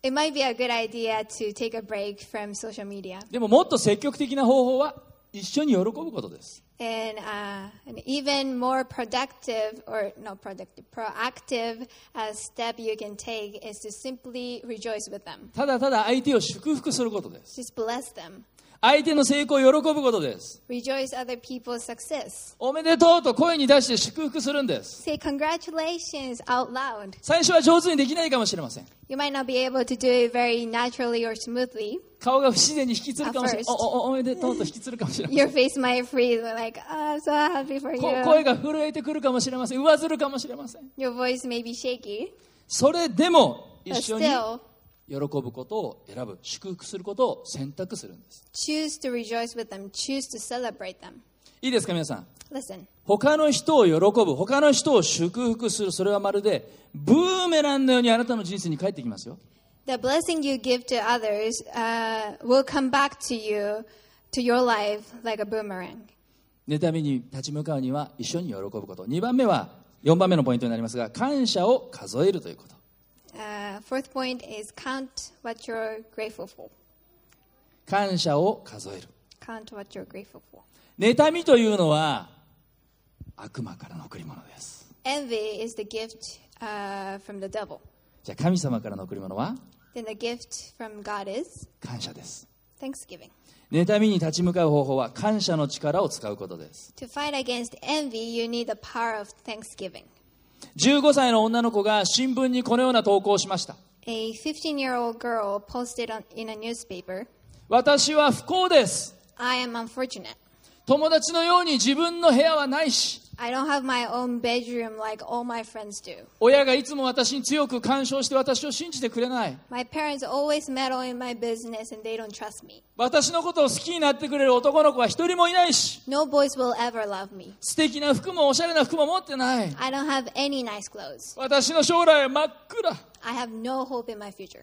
B: it might be a good idea to take a break from social media.
A: でももっと積極的な方法は一緒に喜ぶことです
B: And uh, an even more productive, or no, productive, proactive uh, step you can take is to simply rejoice with them.
A: ただただ相手を祝福することです
B: Just bless them.
A: 相手の成功を喜ぶことです
B: Rejoice other people's success.
A: おめでとうと声に出して祝福するんです
B: Say congratulations out loud.
A: 最初は上手にできないかもしれません
B: You might not be able to do it very naturally or smoothly.
A: 顔が不自然に引きつるかもしれ
B: At
A: お
B: first.
A: おおめでとうと引きつるかもしれません
B: Your face might freeze like, "Ah, I'm so happy for
A: こ声
B: you.
A: が震えてくるかもしれません上ずるかもしれません
B: Your voice may be shaky,
A: それでも
B: but
A: 一緒に
B: still,
A: 喜ぶことを選ぶ祝福することを選択するんです
B: Choose to rejoice with them, choose to celebrate them.
A: いいですか皆さん
B: Listen,
A: 他の人を喜ぶ他の人を祝福するそれはまるでブーメランのようにあなたの人生に帰ってきますよ
B: the blessing you give to others uh, will come back to you, to your life, like a boomerang.
A: 妬みに立ち向かうには一緒に喜ぶこと2番目は4番目のポイントになりますが感謝を数えるということ
B: Uh, fourth point is count what you're grateful for.
A: 感謝を数える
B: Count what you're grateful for.
A: 妬みというのは悪魔からの贈り物です
B: Envy is the gift uh, from the devil.
A: じゃあ神様からの贈り物は
B: Then the gift from God is
A: 感謝です
B: thanksgiving.
A: 妬みに立ち向かう方法は感謝の力を使うことです
B: To fight against envy, you need the power of thanksgiving.
A: 15歳の女の子が新聞にこのような投稿をしました
B: A 15 year old girl posted on, in a newspaper
A: 私は不幸です
B: I am unfortunate.
A: 友達のように自分の部屋はないし
B: I don't have my own bedroom like all my friends do.
A: 親がいつも私に強く干渉して私を信じてくれない
B: My parents always meddle in my business and they don't trust me.
A: 私のことを好きになってくれる男の子は一人もいないし
B: No boys will ever love me.
A: 素敵な服もおしゃれな服も持ってない
B: I don't have any nice clothes.
A: 私の将来は真っ暗
B: I have no hope in my future.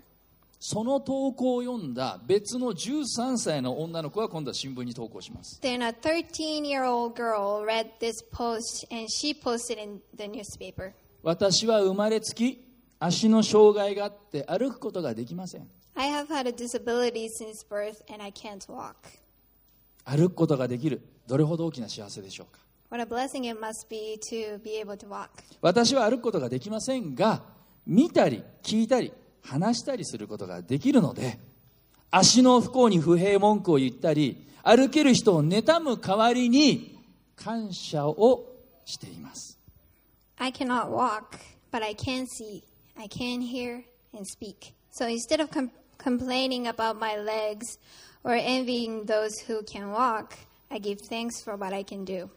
A: その投稿を読んだ別の13歳の女の子が今度は新聞に投稿します
B: Then a 13 year old girl read this post and she posted in the newspaper
A: 私は生まれつき足の障害があって歩くことができません
B: I have had a disability since birth and I can't walk.
A: 歩くことができるどれほど大きな幸せでしょうか
B: What a blessing it must be to be able to walk.
A: 私は歩くことができませんが見たり聞いたり話したりすることができるので足の不幸に不平文句を言ったり歩ける人を妬む代わりに感謝をしています
B: I cannot walk, but I can see, I can hear, and speak. So instead of com- complaining about my legs or envying those who can walk, I give thanks for what I can do.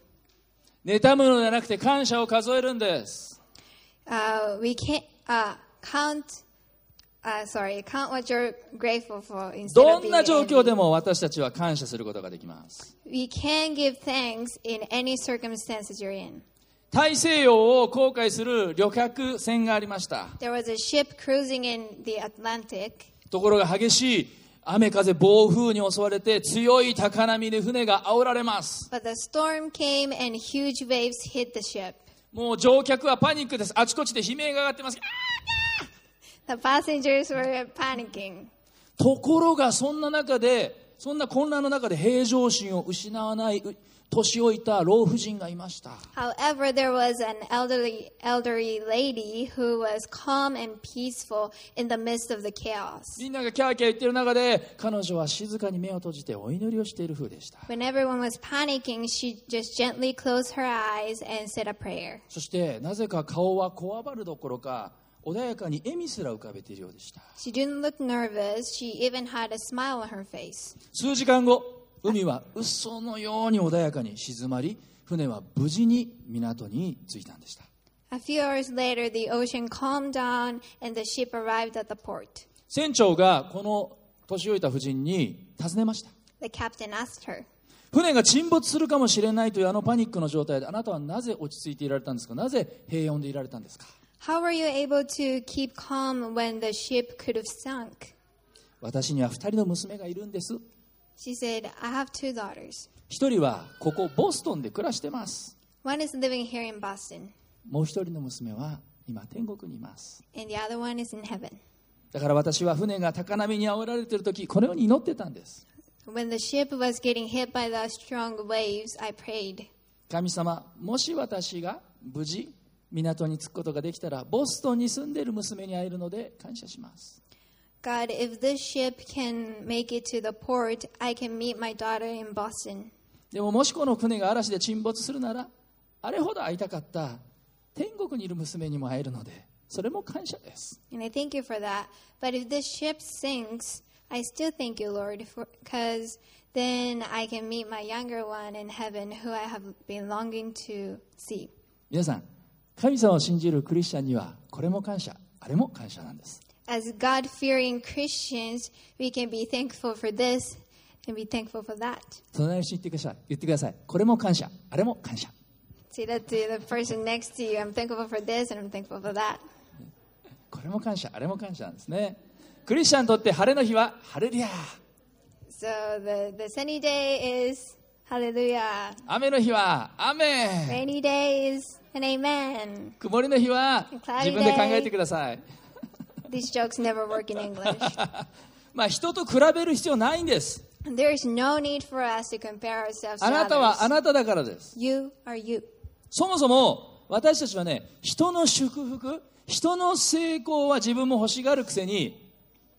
A: 妬むのではなくて感謝を数えるんです
B: Uh, we can't uh, count. Uh, sorry, count what you're grateful for instead
A: ど
B: of
A: ん
B: being
A: な状況
B: envy.
A: でも私たちは感謝することができます
B: We can give thanks in any circumstances you're in.
A: 大西洋を航海する旅客船がありました
B: There was a ship cruising in the Atlantic,
A: ところが激しい雨風暴風に襲われて強い高波で船が煽られます
B: but the storm came and huge waves hit the ship.
A: もう乗客はパニックですあちこちで悲鳴が上がってますあ
B: The passengers were panicking.
A: ところがそんな中でそんな混乱の中で平常心を失わないう年老いた老婦人がいました
B: However, there was an elderly elderly lady who was calm and peaceful in the midst of the chaos.
A: みんながキャーキャー言ってる中で彼女は静かに目を閉じてお祈りをしている風でした
B: When everyone was panicking, she just gently closed her eyes and said a prayer.
A: そしてなぜか顔はこわばるどころか穏やかに笑みすら浮かべているようでした
B: She didn't look nervous. She even had a smile on her face.
A: 数時間後海は嘘のように穏やかに静まり船は無事に港に着いたんでした
B: A few hours later, the ocean calmed down and the ship arrived at the port.
A: 船長がこの年老いた夫人に尋ねました
B: The captain asked her,
A: 船が沈没するかもしれないというあのパニックの状態であなたはなぜ落ち着いていられたんですかなぜ平穏でいられたんですか
B: How were you able to keep calm when the ship could have sunk?
A: 私には2人の娘がいるんです
B: She said, I have two daughters.
A: 1人はここボストンで暮らしてます
B: One is living here in Boston,
A: もう1人の娘は今天国にいます
B: and the other one is in heaven.
A: だから私は船が高波に煽られている時このように祈ってたんです
B: When the ship was getting hit by the strong waves, I prayed,
A: 神様もし私が無事港に着くことができたらボストンに住んでいる娘に会えるので感謝します
B: God, if this ship can make it to the port, I can meet my daughter in Boston.
A: でももしこの船が嵐で沈没するならあれほど会いたかった天国にいる娘にも会えるのでそれも感謝です
B: And I thank you for that. But if this ship sinks, I still thank you, Lord, because then I can meet my younger one in heaven who I have been longing to see.
A: 皆さん神様を信じるクリスチャンにはこれも感謝あれも感謝なんです
B: as God fearing Christians, we can be thankful for this and be thankful for that.
A: 隣の人に言ってください。言ってください。これも感謝。あれも感謝。
B: Say that to the person next to you I'm thankful for this and I'm thankful for that.
A: これも感謝。あれも感謝なんですね。クリスチャンにとって晴れの日は、ハレリア。
B: So the, the sunny day is hallelujah,
A: 雨の日は、雨。
B: rainy day is an amen.
A: 曇りの日は、自分で考えてください。
B: These jokes never work in English.
A: まあ、人と比べる必要ないんです。
B: There is no need for us to compare ourselves
A: あ
B: to
A: なたはあ
B: others.
A: なただからです。
B: You are you.
A: そもそも、私たちはね、人の祝福、人の成功は自分も欲しがるくせに、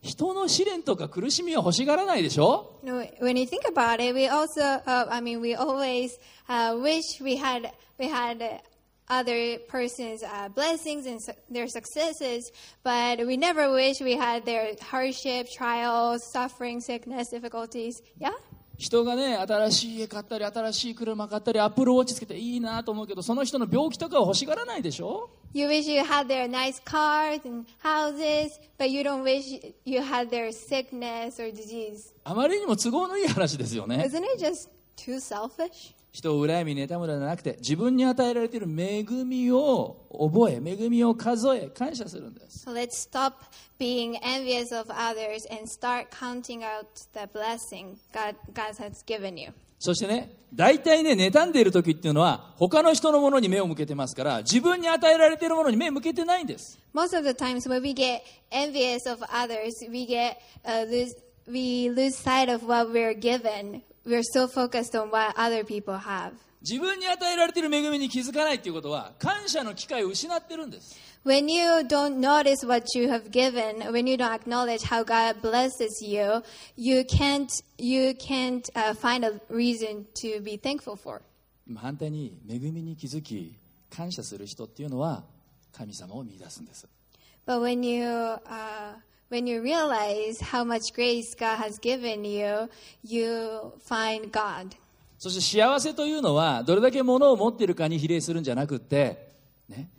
A: 人の試練とか苦しみは欲しがらないでしょ
B: No, When you think about it, we also, uh, I mean, we always uh, wish we had we had uh, other persons' uh, blessings and su- their successes, but we never wish we had their hardship, trials, suffering, sickness, difficulties. Yeah.
A: 人がね新しい家買ったり新しい車買ったりアップルウォッチつけていいなと思うけどその人の病気とかを欲しがらないでしょ
B: You wish you had their nice cars and houses, but you don't wish you had their sickness or disease.
A: あまりにも都合のいい話ですよね
B: Isn't it just too selfish?
A: 人を羨み妬むのではなくて自分に与えられている恵みを覚え恵みを数え感謝するんです
B: So let's stop being envious of others and start counting out the blessing God, God has given you.
A: そしてね大体ね妬んでいる時っていうのは他の人のものに目を向けてますから自分に与えられているものに目を向けてないんです
B: Most of the times when we get envious of others, we get uh, lose, we lose sight of what we're given. We're so focused on what other people have.
A: 自分に与えられている恵みに気づかないっていうことは感謝の機会を失ってるんです
B: When you don't notice what you have given, when you don't acknowledge how God blesses you, you can't you can't uh, find a reason to be thankful for.
A: 反対に恵みに気づき感謝する人っていうのは神様を見出すんです
B: But when you uh, when you realize how much grace God has given you, you find God.
A: そして幸せというのはどれだけ物を持っているかに比例するんじゃなくって、ね、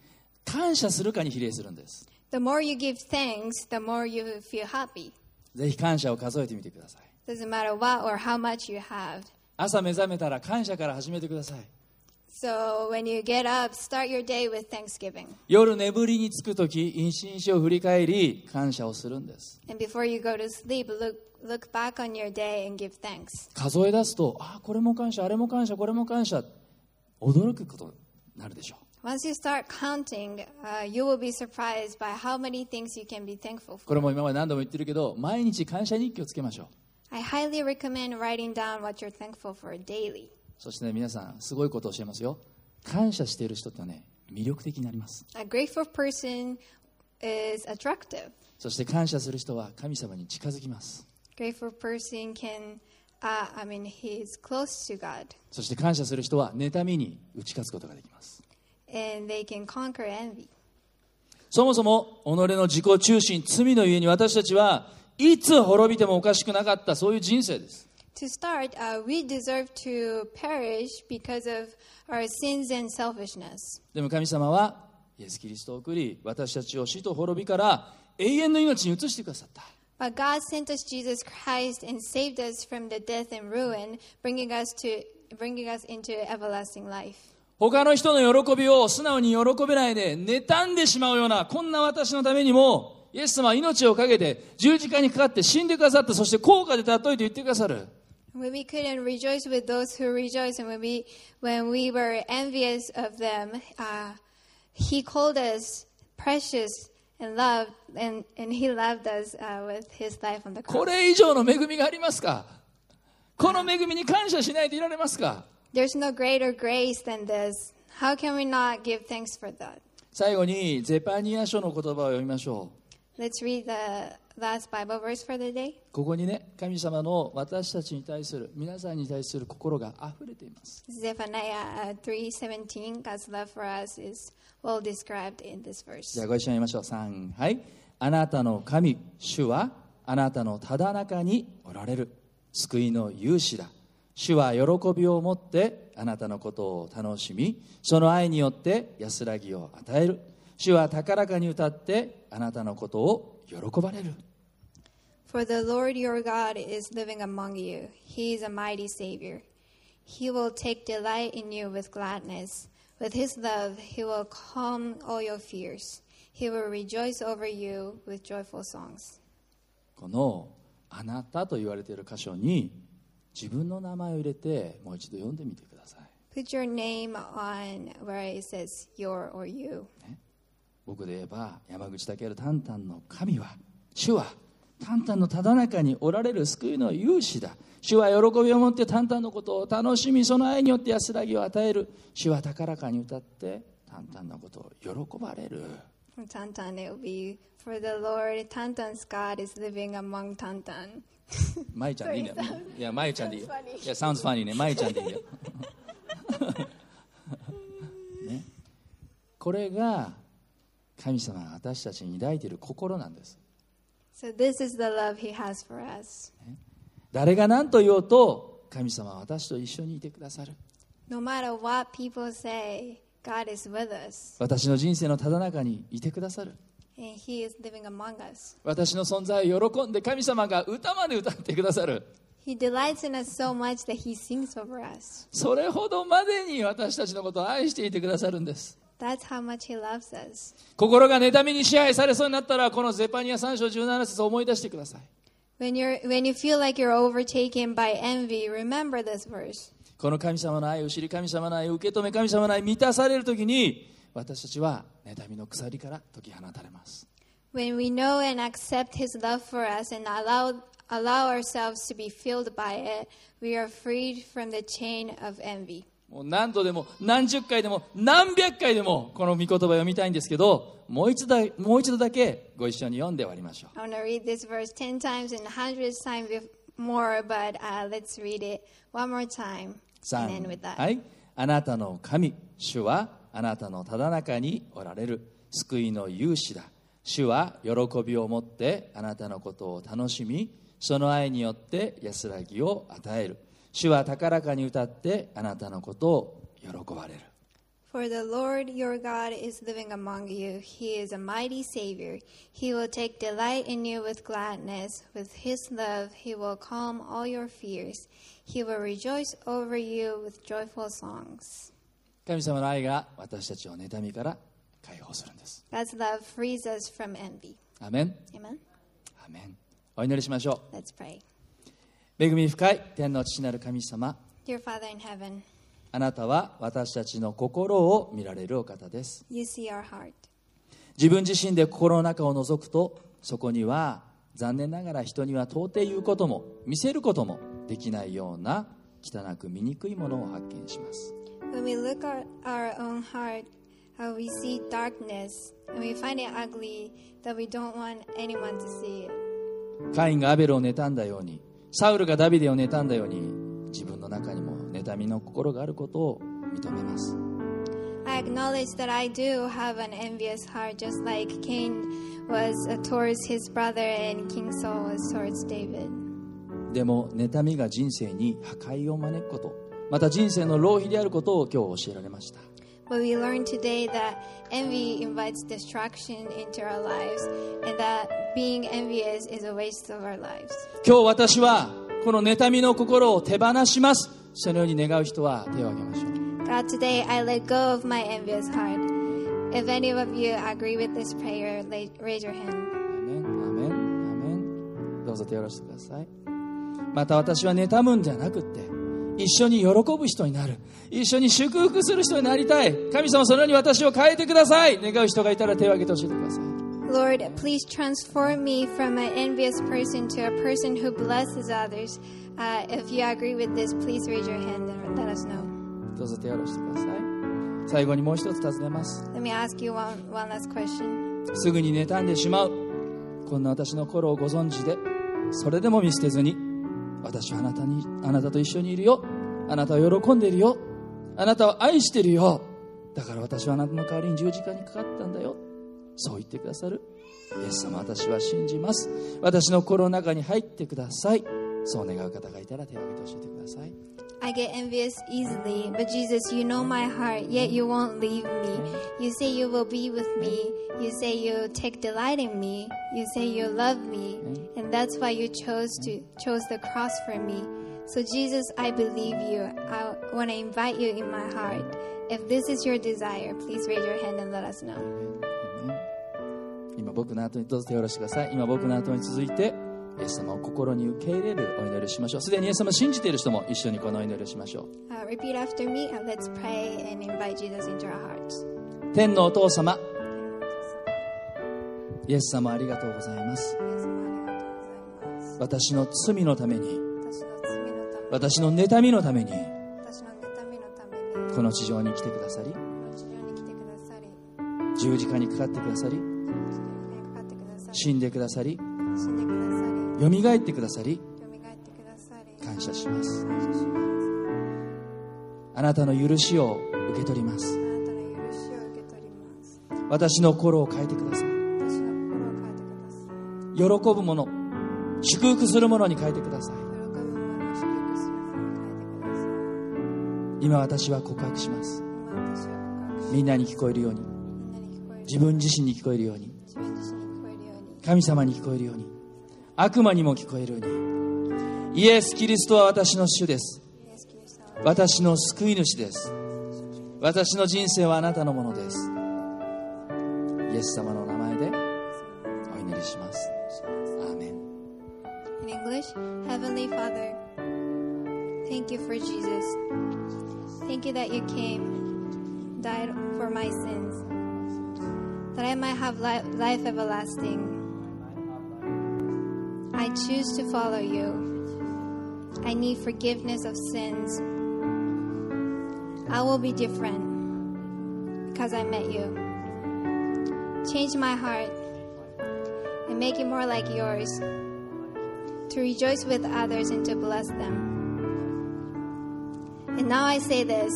A: 感謝するかに比例するんです
B: The more you give thanks, the more you feel happy.
A: ぜひ感謝を数えてみてください
B: Doesn't matter what or how much you have.
A: 朝目覚めたら感謝から始めてください
B: So when you get up, start your day with thanksgiving.
A: 夜眠りにつく時一日を振り返り感謝をするんです
B: And before you go to sleep, look look back on your day and give thanks.
A: 数え出すとあこれも感謝あれも感謝これも感謝驚くことになるでしょう
B: Once you start counting, uh, you will be surprised by how many things you can be thankful for.
A: これも今まで何度も言ってるけど毎日感謝日記をつけましょう
B: I highly recommend writing down what you're thankful for daily.
A: そしてね皆さんすごいことを教えますよ感謝している人ってね魅力的になります
B: A grateful person is attractive.
A: そして感謝する人は神様に近づきます
B: Grateful person can, uh, I mean, he is close to God,
A: そして感謝する人は妬みに打ち勝つことができます
B: and they can conquer envy.
A: そもそも己の自己中心罪のゆえに私たちはいつ滅びてもおかしくなかったそういう人生です
B: To start, uh, we deserve to perish because of our sins and selfishness.
A: でも神様はイエス・キリストを送り私たちを死と滅びから永遠の命に移してくださった
B: But God sent us Jesus Christ and saved us from the death and ruin, bringing us to bringing us into everlasting life.
A: 他の人の喜びを素直に喜べないで妬んでしまうようなこんな私のためにもイエス様は命をかけて十字架にかかって死んでくださったそして高価で尊いと言ってくださる
B: When we couldn't rejoice with those who rejoice, and when we, when we were envious of them, uh, He called us precious and loved, and, and He loved us uh, with His life on the
A: こ
B: cross.
A: れ以上の恵みがありますかこの恵みに感謝しないでいられますか
B: There's no greater grace than this. How can we not give thanks for that?
A: 最後にゼパニア書の言葉を読みましょ
B: Let's read the last Bible verse for the day.
A: うここにね神様の私たちに対する皆さんに対する心が溢れています
B: Zephaniah uh, 3:17. God's love for us is well described in this verse.
A: じゃあご一緒に言いましょう。3、はい。あなたの神、主はあなたのただ中におられる。救いの勇士だ。主は喜びを持ってあなたのことを楽しみ、その愛によって安らぎを与える。主は高らかに歌ってあなたのことを喜ばれる
B: For the Lord your God is living among you. He is a mighty Savior. He will take delight in you with gladness. With his love, he will calm all your fears. He will rejoice over you with joyful songs.
A: この「あなた」と言われている箇所に自分の名前を入れてもう一度読んでみてください
B: Put your name on where it says your or you.
A: 僕で言えば山口武尊タンタンの神は主はタンタンのただ中におられる救いの勇士だ主は喜びを持ってタンタンのことを楽しみその愛によって安らぎを与える主は高らかに歌ってタンタンのことを喜ばれる
B: From Tantan, it will be for the Lord. Tantan's God is living among Tantan.
A: まゆちゃんでいいんだよ
B: Sorry,
A: もういやまゆちゃんでいいよ
B: Sounds funny.
A: いやサウンズファニーねまゆちゃんでいい よ ねこれが神様が私たちに抱いている心なんです
B: So, this is the love he has for us.
A: 誰が何と言おうと神様は私と一緒にいてくださる
B: No matter what people say, God is with us
A: 私の人生のただ中にいてくださる
B: and He is living among us.
A: 私の存在を喜んで神様が歌まで歌ってくださる
B: He delights in us so much that He sings over us.
A: それほどまでに私たちのことを愛していてくださるんです
B: That's how much He loves us.
A: 心が妬みに支配されそうになったらこのゼパニア3章17節を思い出してください
B: When, you're, when you feel like you're overtaken by envy, remember this verse.
A: この神様の愛を知り神様の愛を受け止め神様の愛に満たされる時に私たちは妬みの鎖から解き放たれます
B: When we know and accept His love for us and allow, allow ourselves to be filled by it, we are freed from the chain of envy.
A: もう何度でも何十回でも何百回でもこの御言葉を読みたいんですけどもう一度だもう一度だけご一緒に読んで終わりましょう
B: I want to read this verse 10 times and 100 times bef- more, but uh, let's read it one more time and end
A: 3
B: with that.
A: はいあなたの神主はあなたのただ中におられる救いの勇士だ主は喜びを持ってあなたのことを楽しみその愛によって安らぎを与える主は高らかに歌ってあなたのことを喜ばれる
B: For the Lord your God is living among you. He is a mighty Savior. He will take delight in you with gladness. With his love, he will calm all your fears. He will rejoice over you with joyful songs.
A: 神様の愛が私たちを妬みから解放するんです
B: God's love frees us from envy.
A: アーメン
B: Amen.
A: アーメンお祈りしましょ
B: Let's pray.
A: う恵み深い天の父なる神様
B: Dear Father in heaven,
A: あなたは私たちの心を見られるお方です
B: you see our heart.
A: 自分自身で心の中を覗くとそこには残念ながら人には到底言うことも見せることもできないような汚く醜いものを発見します
B: When we look at our own heart, uh, we see darkness and we find it ugly that we don't want anyone to see it.
A: カインがアベルを妬んだようにサウルがダビデを妬んだように自分の中にも妬みの心があることを認めます
B: I acknowledge that I do have an envious heart, just like Cain was uh, towards his brother and King Saul was towards David.
A: でも妬みが人生に破壊を招くことまた人生の浪費であることを今日教えられました
B: But we learned today that envy invites destruction into our lives and that being envious is a waste of our lives.
A: 今日私はこの妬みの心を手放しますそのように願う人は手を挙げましょう
B: God, today I let go of my envious heart. If any of you agree with this prayer, la- raise your
A: ア
B: hand.
A: ーメンアーメンアーメンどうぞ手を下ろしてくださいまた私は妬むんじゃなくって一緒に喜ぶ人になる一緒に祝福する人になりたい神様そのように私を変えてください願う人がいたら手を挙げて教えてください
B: Lord, please transform me from an envious person to a person who blesses others. Uh, if you agree with this, please raise your hand and let us know.
A: どうぞ手を下ろしてください最後にもう一つ尋ねます
B: Let me ask you one, one last question.
A: すぐに妬んでしまうこんな私の頃をご存知でそれでも見捨てずに私はあなたにあなたと一緒にいるよあなたを喜んでいるよあなたを愛しているよだから私はあなたの代わりに十字架にかかったんだよそう言ってくださるイエス様私は信じます私の心の中に入ってくださいそう願う方がいたら手を挙げて教えてください
B: I get envious easily, but Jesus, you know my heart, yet you won't leave me. You say you will be with me. You say you take delight in me. You say you love me, and that's why you chose to chose the cross for me. So Jesus, I believe you. I want to invite you in my heart. If this is your desire, please raise your hand and let us know.
A: 今僕の後にどうぞ手を下ろしてください今僕の後に続いてイエス様を心に受け入れるお祈りをしましょうすでにイエス様を信じている人も一緒にこのお祈りをしましょ
B: Uh, repeat after me, and let's pray and invite Jesus into our hearts.
A: う天のお父様イエス様ありがとうございます私の罪のために私の妬みのために
B: 私の妬みのために
A: この地上に来てくださり
B: この地上に来てくださり
A: 十字架にかかってくださり
B: 地上にかかってくださり
A: 死んでくださり
B: 死んでくださ
A: よみがえってくださり
B: りよみがえってくださり
A: 感謝します
B: 感謝します
A: あなたの許しを受け取ります
B: あなたの許しを受け取ります
A: 私の心を変えてください
B: 私の心を変えてください
A: 喜ぶもの祝福するものに変えてください
B: 喜ぶ者を祝福する者に変えてください
A: 今私は告白します
B: 今私は告白し
A: みんなに聞こえるように
B: みんなに聞こえる
A: 自分自身に聞こえるように
B: 自分自身に聞こえるように
A: 神様に聞こえるように悪魔にも聞こえるようにイエス・キリストは私の主です
B: イエス・キリストは
A: 私の救い主です私の人生はあなたのものですイエス様のお名前でお祈りしますアーメン
B: In English, Heavenly Father, thank you for Jesus. Thank you that you came, died for my sins, that I might have li- life everlasting. I choose to follow you. I need forgiveness of sins. I will be different because I met you. Change my heart and make it more like yours to rejoice with others and to bless them. And now I say this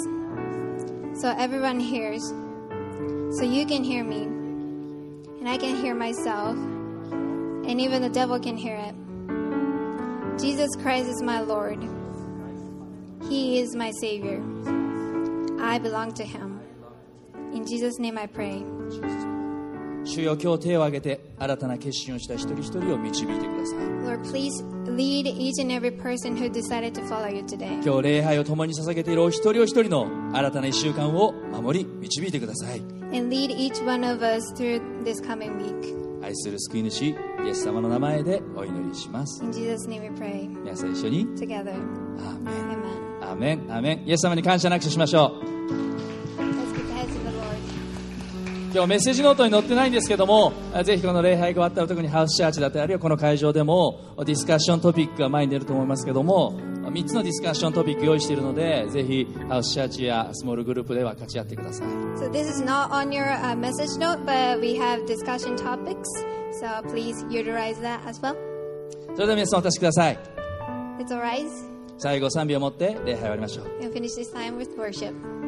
B: so everyone hears, so you can hear me, and I can hear myself, and even the devil can hear it. Jesus Christ is my Lord, He is my Savior. I belong to Him. In Jesus' name I pray.
A: 主よ今日手を挙げて新たな決心をした一人一人を導いてください
B: Lord, please lead each and every person who decided to follow you today.
A: 今日礼拝を共に捧げているお一人お一人の新たな一週間を守り導いてください
B: and lead each one of us through this coming week.
A: 愛する救い主イエス様の名前でお祈りします
B: In Jesus' name we pray
A: 皆さん一緒に
B: together.
A: アーメン
B: Amen.
A: アーメンアーメンイエス様に感謝なくしましょう
B: Let's give thanks to the Lord.
A: 今日メッセージノートに載ってないんですけどもあぜひこの礼拝が終わったら特にハウスチャーチだったりあるいはこの会場でもディスカッショントピックが前に出ると思いますけども3つのディスカッショントピック用意しているのでぜひハウスチャーチやスモールグループでは勝ち合ってください
B: So this is not on your uh, message note, but we have discussion topics. So please utilize that as well.
A: それでは皆さんお立ちください
B: It's all right.
A: 最後3秒持って礼拝を終わりましょう
B: We'll finish this time with worship.